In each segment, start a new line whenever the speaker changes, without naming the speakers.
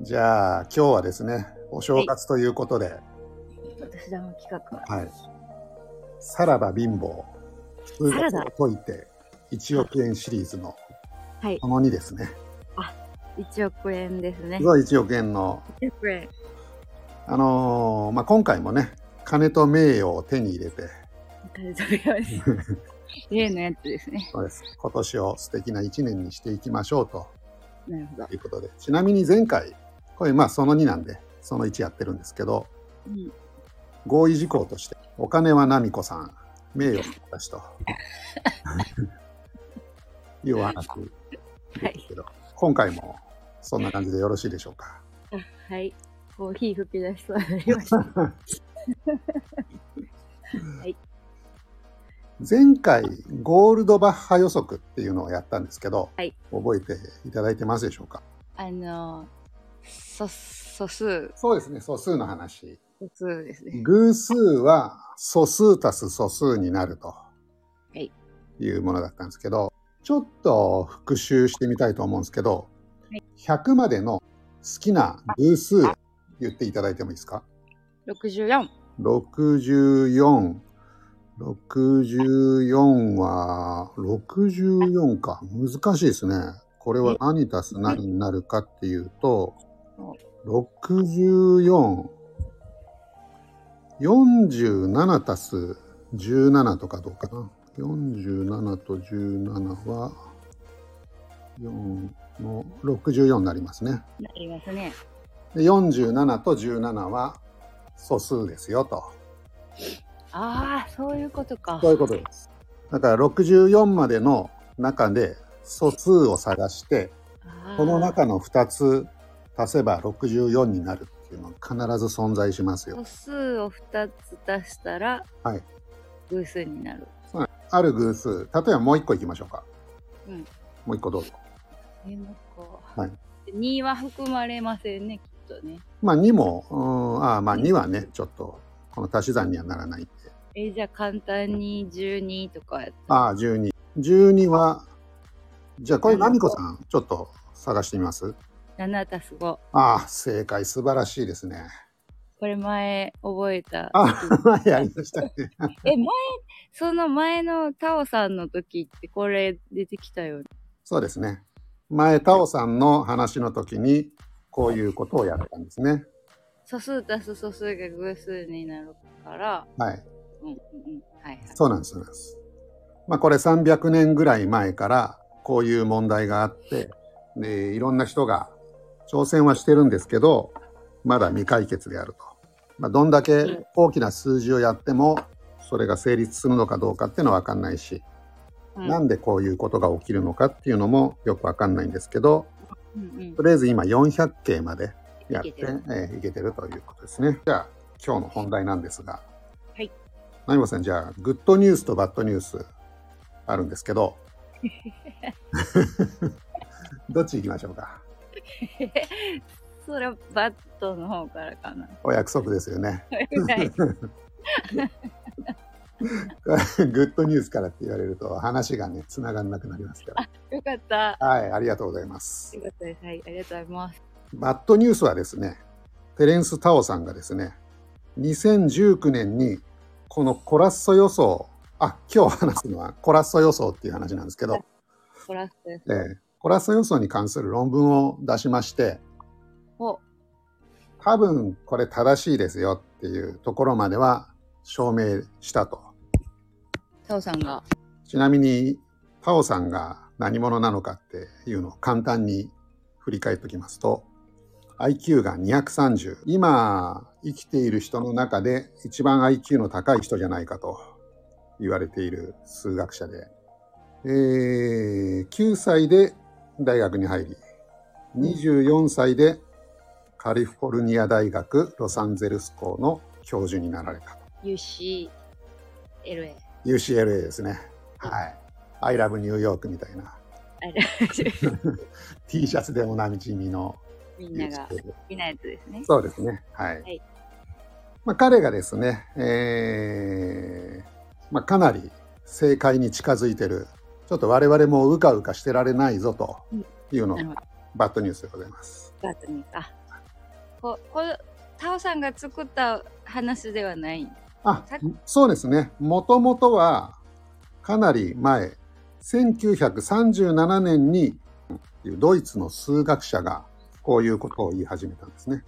じゃあ、今日はですね、お正月ということで、
私ども企画は。
はい。さらば貧乏、普通
サラダ
を解いて、1億円シリーズの、
はい
こ。の2ですね。
1億円ですね
す。ごい1億円の、
1億円。
あのーまあ、今回もね、金と名誉を手に入れて、
お金と名誉 です。例のやつですね。
そうです今年を素敵な1年にしていきましょうと
なるほど。
いうことで、ちなみに前回、これまあその2なんで、その1やってるんですけど、
うん。
合意事項として、お金は奈美子さん、名誉は私 と。いうお話ですけど、今回もそんな感じでよろしいでしょうか。
はい。コーヒー吹き出しそうになりま した。
前回、ゴールドバッハ予測っていうのをやったんですけど、
はい
覚えていただいてますでしょうか。
あのー、素、素数、
そうですね、素数の話。
素数ですね。
偶数は素数足す素数になると
い
いうものだったんですけど、ちょっと復習してみたいと思うんですけど、100までの好きな偶数言っていただいてもいいですか
64。
64。64は、64か。難しいですね。これは何足す何になるかっていうと、64。47足す17とかどうかな。47と17は、4の64になりますね。
なりますね。
で47と17は素数ですよと。
ああ、そういうことか。
そういうことです。だから64までの中で素数を探して、
あー
この中の2つ足せば64になるっていうのが必ず存在しますよ
素。数を2つ足したら、
はい
偶数になる。
ある偶数、例えばもう1個いきましょうか。
うん
もう1個どうぞ。
えもう一個
はい
2は含まれませんね、きっとね。
まあ2も、うーんあーまあ2はね、ちょっとこの足し算にはならないんで。
え、じゃあ簡単に12とかやった
ああ、12。12は、じゃあこれ、ナミコさん、ちょっと探してみます
7たす5。
ああ、正解、素晴らしいですね。
これ前覚えた。
ああ、やりましたね。
え、前、その前のタオさんの時ってこれ出てきたよね。
そうですね。前、タオさんの話の時に、こういうことをやったんですね。
素数たす素数が偶数になるから、
はい。
うんうんうん。はいはい。
そうなんです。そうなんです。まあ、これ300年ぐらい前から、こういう問題があって、で、いろんな人が挑戦はしてるんですけど、まだ未解決であると。まあ、どんだけ大きな数字をやっても、それが成立するのかどうかっていうのは分かんないし、
うん
なんでこういうことが起きるのかっていうのもよく分かんないんですけど、
うんうん
とりあえず今400件までやってい
い
けて
けて
る,、
る
えーいけてるということですね。じゃあ今日の本題なんですが、
はい。
なみこさんじゃあグッドニュースとバッドニュースあるんですけど、 どっち行きましょうか。
それはバットの方からかな。
お約束ですよね。
はい
グッドニュースからって言われると話がねつながんなくなりますか
よかった。
ら。はい、ありがとうございます
よ。かったです。はい、ありがとうございます。
バッドニュースはですね、テレンス・タオさんがですね、2019年にこのコラッソ予想、あ、今日話すのは コラッソ予想っていう話なんですけど、
コラスです。
えーコラッソ予想に関する論文を出しまして、
お、
多分これ正しいですよっていうところまでは証明したと。
タオさんが。
ちなみに、タオさんが何者なのかっていうのを簡単に振り返っておきますと、IQ が230。今、生きている人の中で一番 IQ の高い人じゃないかと言われている数学者で、えー9歳で大学に入り、24歳でカリフォルニア大学ロサンゼルス校の教授になられた。
UCLA。
UCLA ですね。はい。I love New York みたい な。T シャツでおなじみの
みんなが
UCLA
好。きなやつですね。
そうですね。はい。
はい
まあ、彼がですね、えーまあ、かなり正解に近づいてる、ちょっと我々もうかうかしてられないぞというの
なるほ
がバッドニュースでございます。
バットに。あ、ここれタオさんが作った話ではない。
あ
さっ、
そうですね。もともとは、かなり前、1937年に、ドイツの数学者が、こういうことを言い始めたんですね。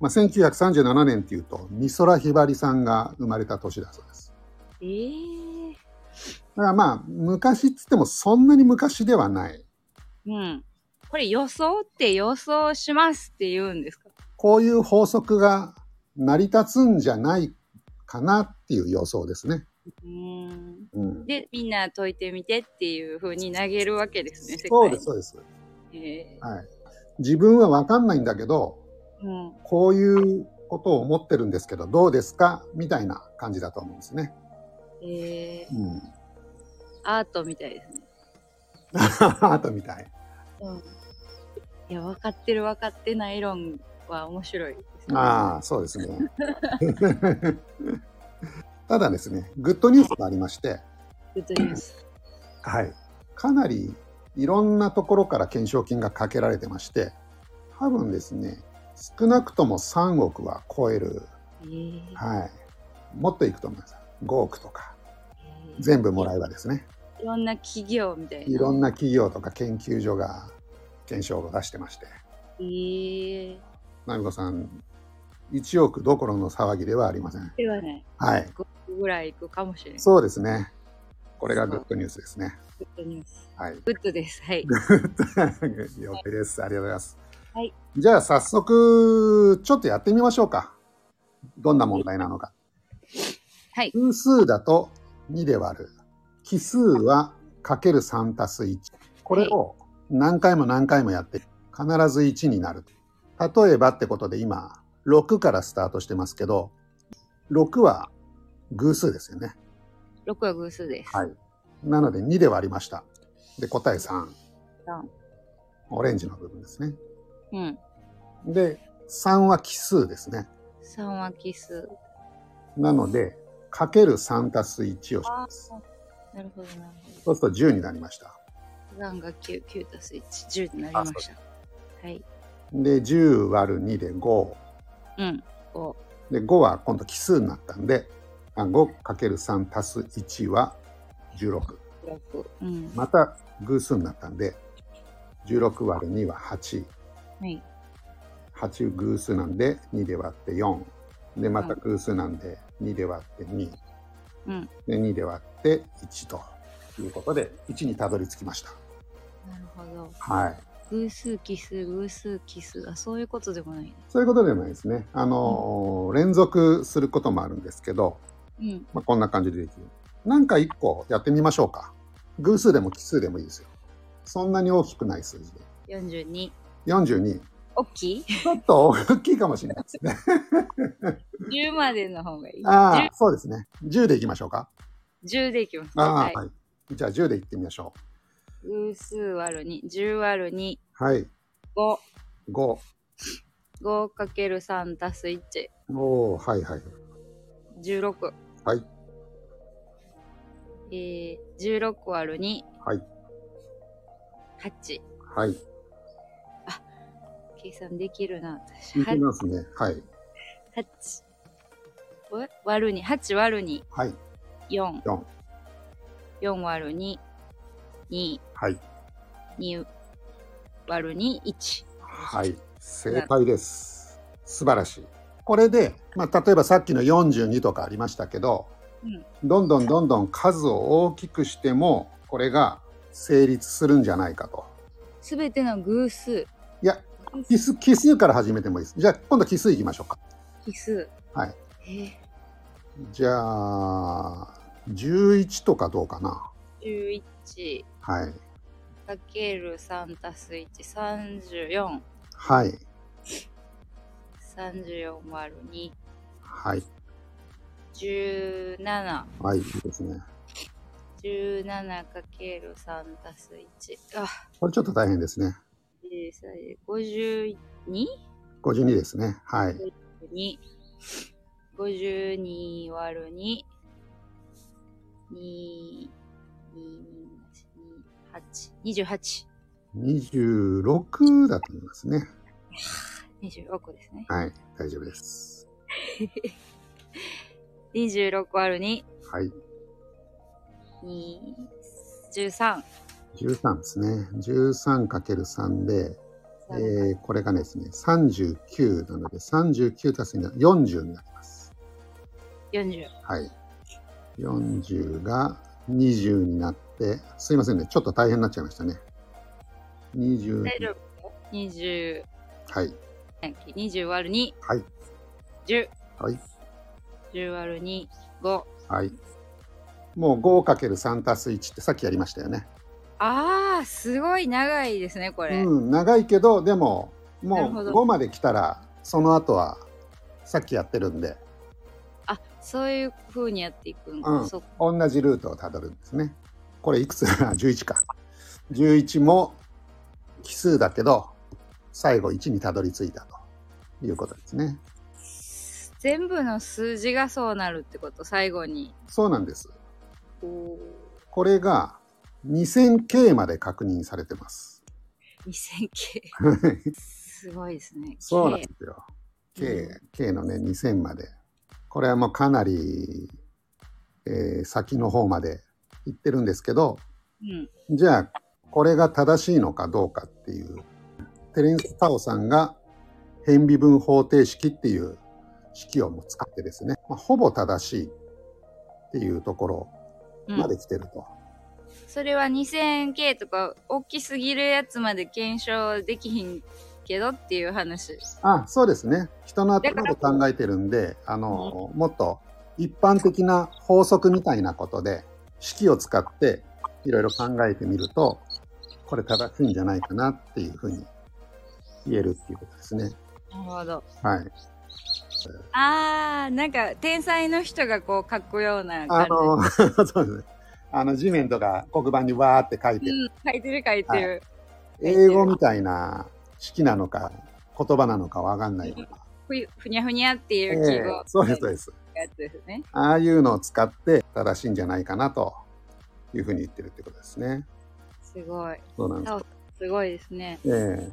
まあ、1937年っていうと、美空ひばりさんが生まれた年だそうです。
えー、
だからまあ、昔っつってもそんなに昔ではない。
うん。これ予想って予想しますって言うんですか
こういう法則が成り立つんじゃないかなっていう予想ですね。
うーん。
うん、
で、みんな解いてみてっていう風に投げるわけですね、世界
そうです、そうです。
す。え
はい。自分はわかんないんだけど、
ーうん。
こういうことを思ってるんですけど、どうですかみたいな感じだと思うんですね。
えー、
うん。
アートみたいですね。
あとみたい。
うん。いや、分かってる分かってない論は面白いですね。
ああ、そうですね。 ただですね、グッドニュースがありまして、
グッドニュース。
はい。かなりいろんなところから懸賞金がかけられてまして、多分ですね、少なくとも3億は超える。
えー、
はい。もっといくと思います。5億とか。
えー
全部もらえばですね。
いろんな企業みたいな。
いろんな企業とか研究所が検証を出してまして、
えー、
ナミコさん、1億どころの騒ぎではありません。
ではない。
はい。
5ぐらいいくかもしれない。
そうですね。これがグッドニュースですね。
グッドニュース。
はい。
グッドです。は い。
了解です。ありがとうございます。
はい。
じゃあ早速、ちょっとやってみましょうか。どんな問題なのか。
はい。
偶数だと2で割る。奇数はかける3たす1。これを何回も何回もやって、必ず1になる。例えばってことで今、6からスタートしてますけど、6は偶数ですよね。
6は偶数です。
はい。なので2で割りました。で、答え3。
三
オレンジの部分ですね。
うん。
で、3は奇数ですね。
3は奇数。
なので、かける3たす1をします。
なるほど、なるほ
そうすると10になりました。
ど。3が9、9たす1、10になりました。はい。
で、10割る2で5。
うん。5。
で、5は今度奇数になったんで、あ 5×3 足す1は16。
6。うん。は
また偶数になったんで、16割る2は8。
い。
8偶数なんで2で割って4。で、また偶数なんで2で割って2。
うん。
で、2で割って1ということで、1にたどり着きました。
なるほど。
はい。
偶数奇数、偶数奇数。あ、そういうことでもない。
そういうことでもないですね。あのー連続することもあるんですけど、
うん。
まあ、こんな感じでできる。なんか一個やってみましょうか。偶数でも奇数でもいいですよ。そんなに大きくない数字で。
42。
42。
大きい
ちょっと大きいかもしれないです ね。
?10 までの方がいい。
ああ、そうですね。10でいきましょうか。
10, でいきますね。
ああ、
は
はいい、。じゃあ10でいってみましょ
偶数割る2。10割る2。
う。はい。
5。
5。
5かける3たす1。
おおはいはい。
16。
はい。
えー、16割る2。
はい。
8。
はい。
計算できるな。私
いき
8
ますね。はい。
え割る2。8割る2。
はい。
4。
4。
4割る2。2。
はい。
2割る2。1。
はい。正解です。素晴らしい。これで、まあ、例えばさっきの42とかありましたけど、
うん。
どんどんどんどん数を大きくしてもこれが成立するんじゃないかと
すべての偶数。
いや奇数奇数から始めてもいいですじゃあ今度奇数いきましょうか
奇数。
はい。
え
じゃあ11とかどうかな
ー、11
はい
かける3たす1。34。
はい
34割る2。
はい
17。
はいいいですね
17×3 たす1。あ、
これちょっと大変ですね
小さい。52?52
52ですねはい
52割る2。2、2、8。28。
26だと思いますね
26個ですね。
はい、大丈夫です。
26個ある2、
はい、
2 13。
13ですね。13×3 で、えーこれがですね、39なので、39足す2で40になります。
40。
はい。40が20になって、すいませんね、ちょっと大変になっちゃいましたね。20
大、丈夫 ?20、
はい、
20割る2、
はい、
10。
はい、
10割る2、5。
はい。もう 5×3 足す1ってさっきやりましたよね。
あー、すごい長いですね、これ。
うん、長いけどでも
な
も
るほ
う
ど
5まで来たらその後はさっきやってるんで
あ、そういう風にやっていくんだ。
うん
そっか
同じルートをたどるんですねこれいくつ ?11 か11も奇数だけど最後1にたどり着いたということですね
全部の数字がそうなるってこと、最後に。
そうなんです
おー
これが 2000K まで確認されてます
2000系。 すごいですね。
そうなんですよ K,
う
K のね2000までこれはもうかなり、えー先の方まで行ってるんですけど
うん。
じゃあこれが正しいのかどうかっていうテレンス・タオさんが変微分方程式っていう式をもう使ってですね、まあ、ほぼ正しいっていうところ
うん、
まで来てると、
それは 2000K とか大きすぎるやつまで検証できひんけどっていう話。
あそうですね人の頭で考えてるんであの、もっと一般的な法則みたいなことで式を使っていろいろ考えてみるとこれ正しいんじゃないかなっていうふうに言えるっていうことですね
なるほど。
はい
あー、なんか天才の人がこう書くような
あ
感じ。
の、 そうですね。あの、地面とか黒板にわーって書いて、
うん、書いてる書いてる。
英語みたいな式なのか、言葉なのかわかんないような。
ふゆふにゃふにゃって
え
いう記
え
号
そうです、そうです。
やつですね。
ああいうのを使って正しいんじゃないかなというふうに言ってるってことですね。
すごい。
そうなんです。
すごいですね。
ええ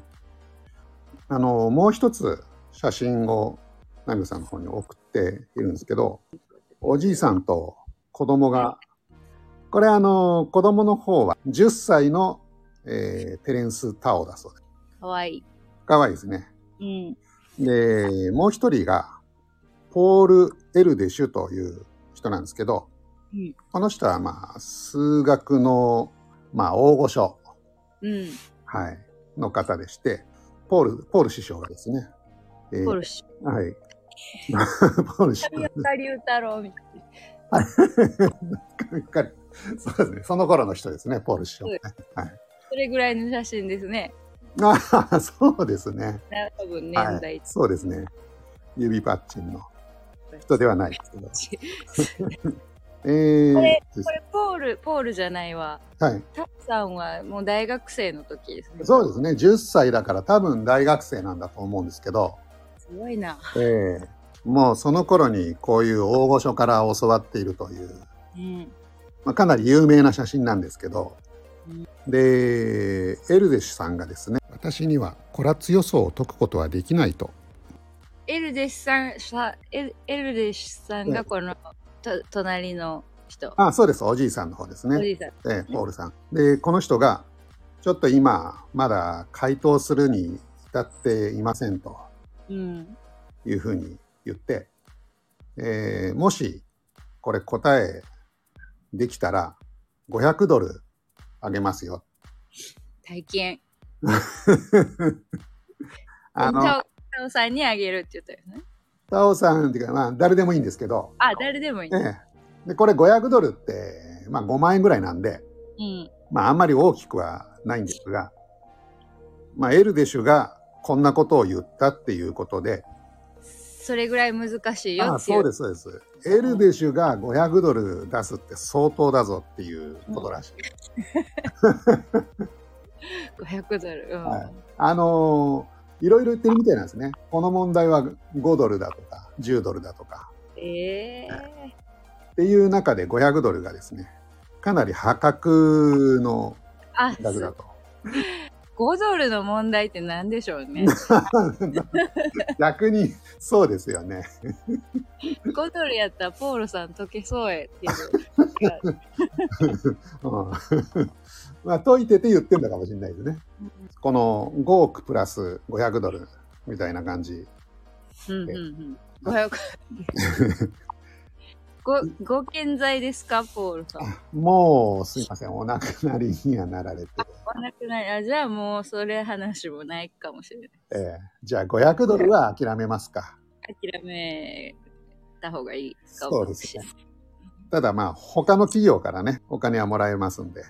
あの、もう一つ写真をナミさんの方に送っているんですけど、おじいさんと子供が、これあの、子供の方は10歳の、えーテレンス・タオだそうです。
かわいい。
可愛いですね。
うん。
で、もう一人が、ポール・エルデシュという人なんですけど、
うん
この人はまあ、数学の、まあ、大御所、
うん。
はい、の方でして、ポール、ポール師匠がですね、えー
ポルシェ。
はい。 ポール師匠。
リュウ太郎みたいな。
彼そうですね。その頃の人ですね、ポール師匠。
そうそれぐらいの写真ですね。
ああ、そうですね。
多分年
は
代
い、そうですね。指パッチンの人ではないですけど。 えー、
これポール、ポールじゃないわ。
はい。
タッさんはもう大学生の時ですね。
そうですね。10歳だから多分大学生なんだと思うんですけど、
す。ごいな。
えーもうその頃にこういう大御所から教わっているという
うん。
まあ、かなり有名な写真なんですけど、でエルデシュさんがですね私にはコラツ予想を解くことはできないと
エルデシさん、さエルエルデシさんがこの、と隣の人。
あそうですおじいさんの方です
お
ね、
じいさん。
えーポールさんでこの人がちょっと今まだ回答するに至っていませんと
うん。
いうふうに言って、えーもしこれ答えできたら500ドルあげますよ
体験。
あの
タオタオさんにあげるって言ったよね。
タオさんっていうかまあ誰でもいいんですけど
あ、誰でもいい。
ええ、でこれ500ドルって、まあ、5万円ぐらいなんで、
うん。
まあ、あんまり大きくはないんですが、まあ、エルデシュがこんなことを言ったっていうことで、
それぐらい難しいよ
あ
ってい。
そううです、そうです。エルデシュが500ドル出すって相当だぞっていうことらしい。
500ドル。うん。
はいあのーいろいろ言ってるみたいなんですね。この問題は5ドルだとか、10ドルだとか
ええ
っていう中で500ドルがですね、かなり破格の
あ、
額だ
す
と。
5ドルの問題って何でしょう ね。
逆にそうですよね。
5ドルやったらポールさん解けそうやっていう。
うんまあ解いてて言ってんだかもしれないですね。この5億プラス500ドルみたいな感じ。
うんうんうん。500ごご健在ですか、ポールさん。
もうすいません、お亡くなりにはなられて。
お亡くなりあじゃあもうそれ話もないかもしれない。
ええじゃあ500ドルは諦めますか。
諦めた方がいいか
そう
も
です
しれ
ね
ない。。
ただまあ他の企業からね、お金はもらえますんで。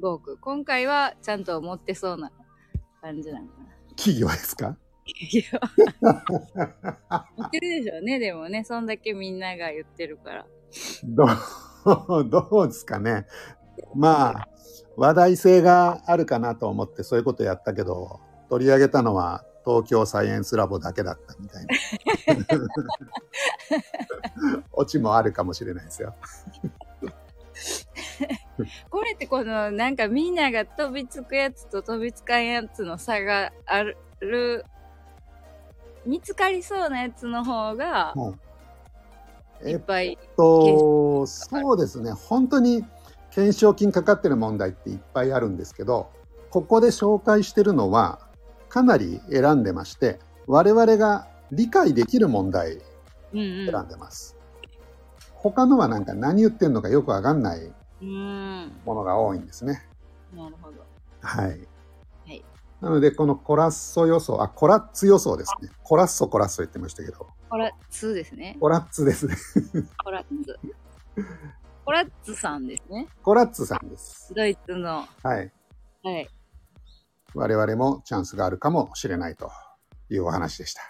5億。今回はちゃんと持ってそうな感じなのかな。
企業ですか
いや 持ってるでしょうね、でもね。そんだけみんなが言ってるから。
どう、 どうですかね。まあ、話題性があるかなと思ってそういうことやったけど、取り上げたのは東京サイエンスラボだけだったみたいな。オチもあるかもしれないですよ。
これってこのなんかみんなが飛びつくやつと飛びつかんやつの差がある見つかりそうなやつの方がい
え
っ
っ
ぱい
と、そうですね。本当に懸賞金かかってる問題っていっぱいあるんですけど、ここで紹介してるのはかなり選んでまして、我々が理解できる問題
うんうん
選んでます。他のはなんか何言ってんのかよくわかんないう
ーん
ものが多いんですね。
なるほど
はい。
はい
なので、このコラッソ予想、あ、コラッツ予想ですね。コラッソコラッソ言ってましたけど、
コラッツですね
コラッツですね。
コラッツコラッツさんですね
コラッツさんです。
ドイツの
はい。
はい
我々もチャンスがあるかもしれないというお話でした。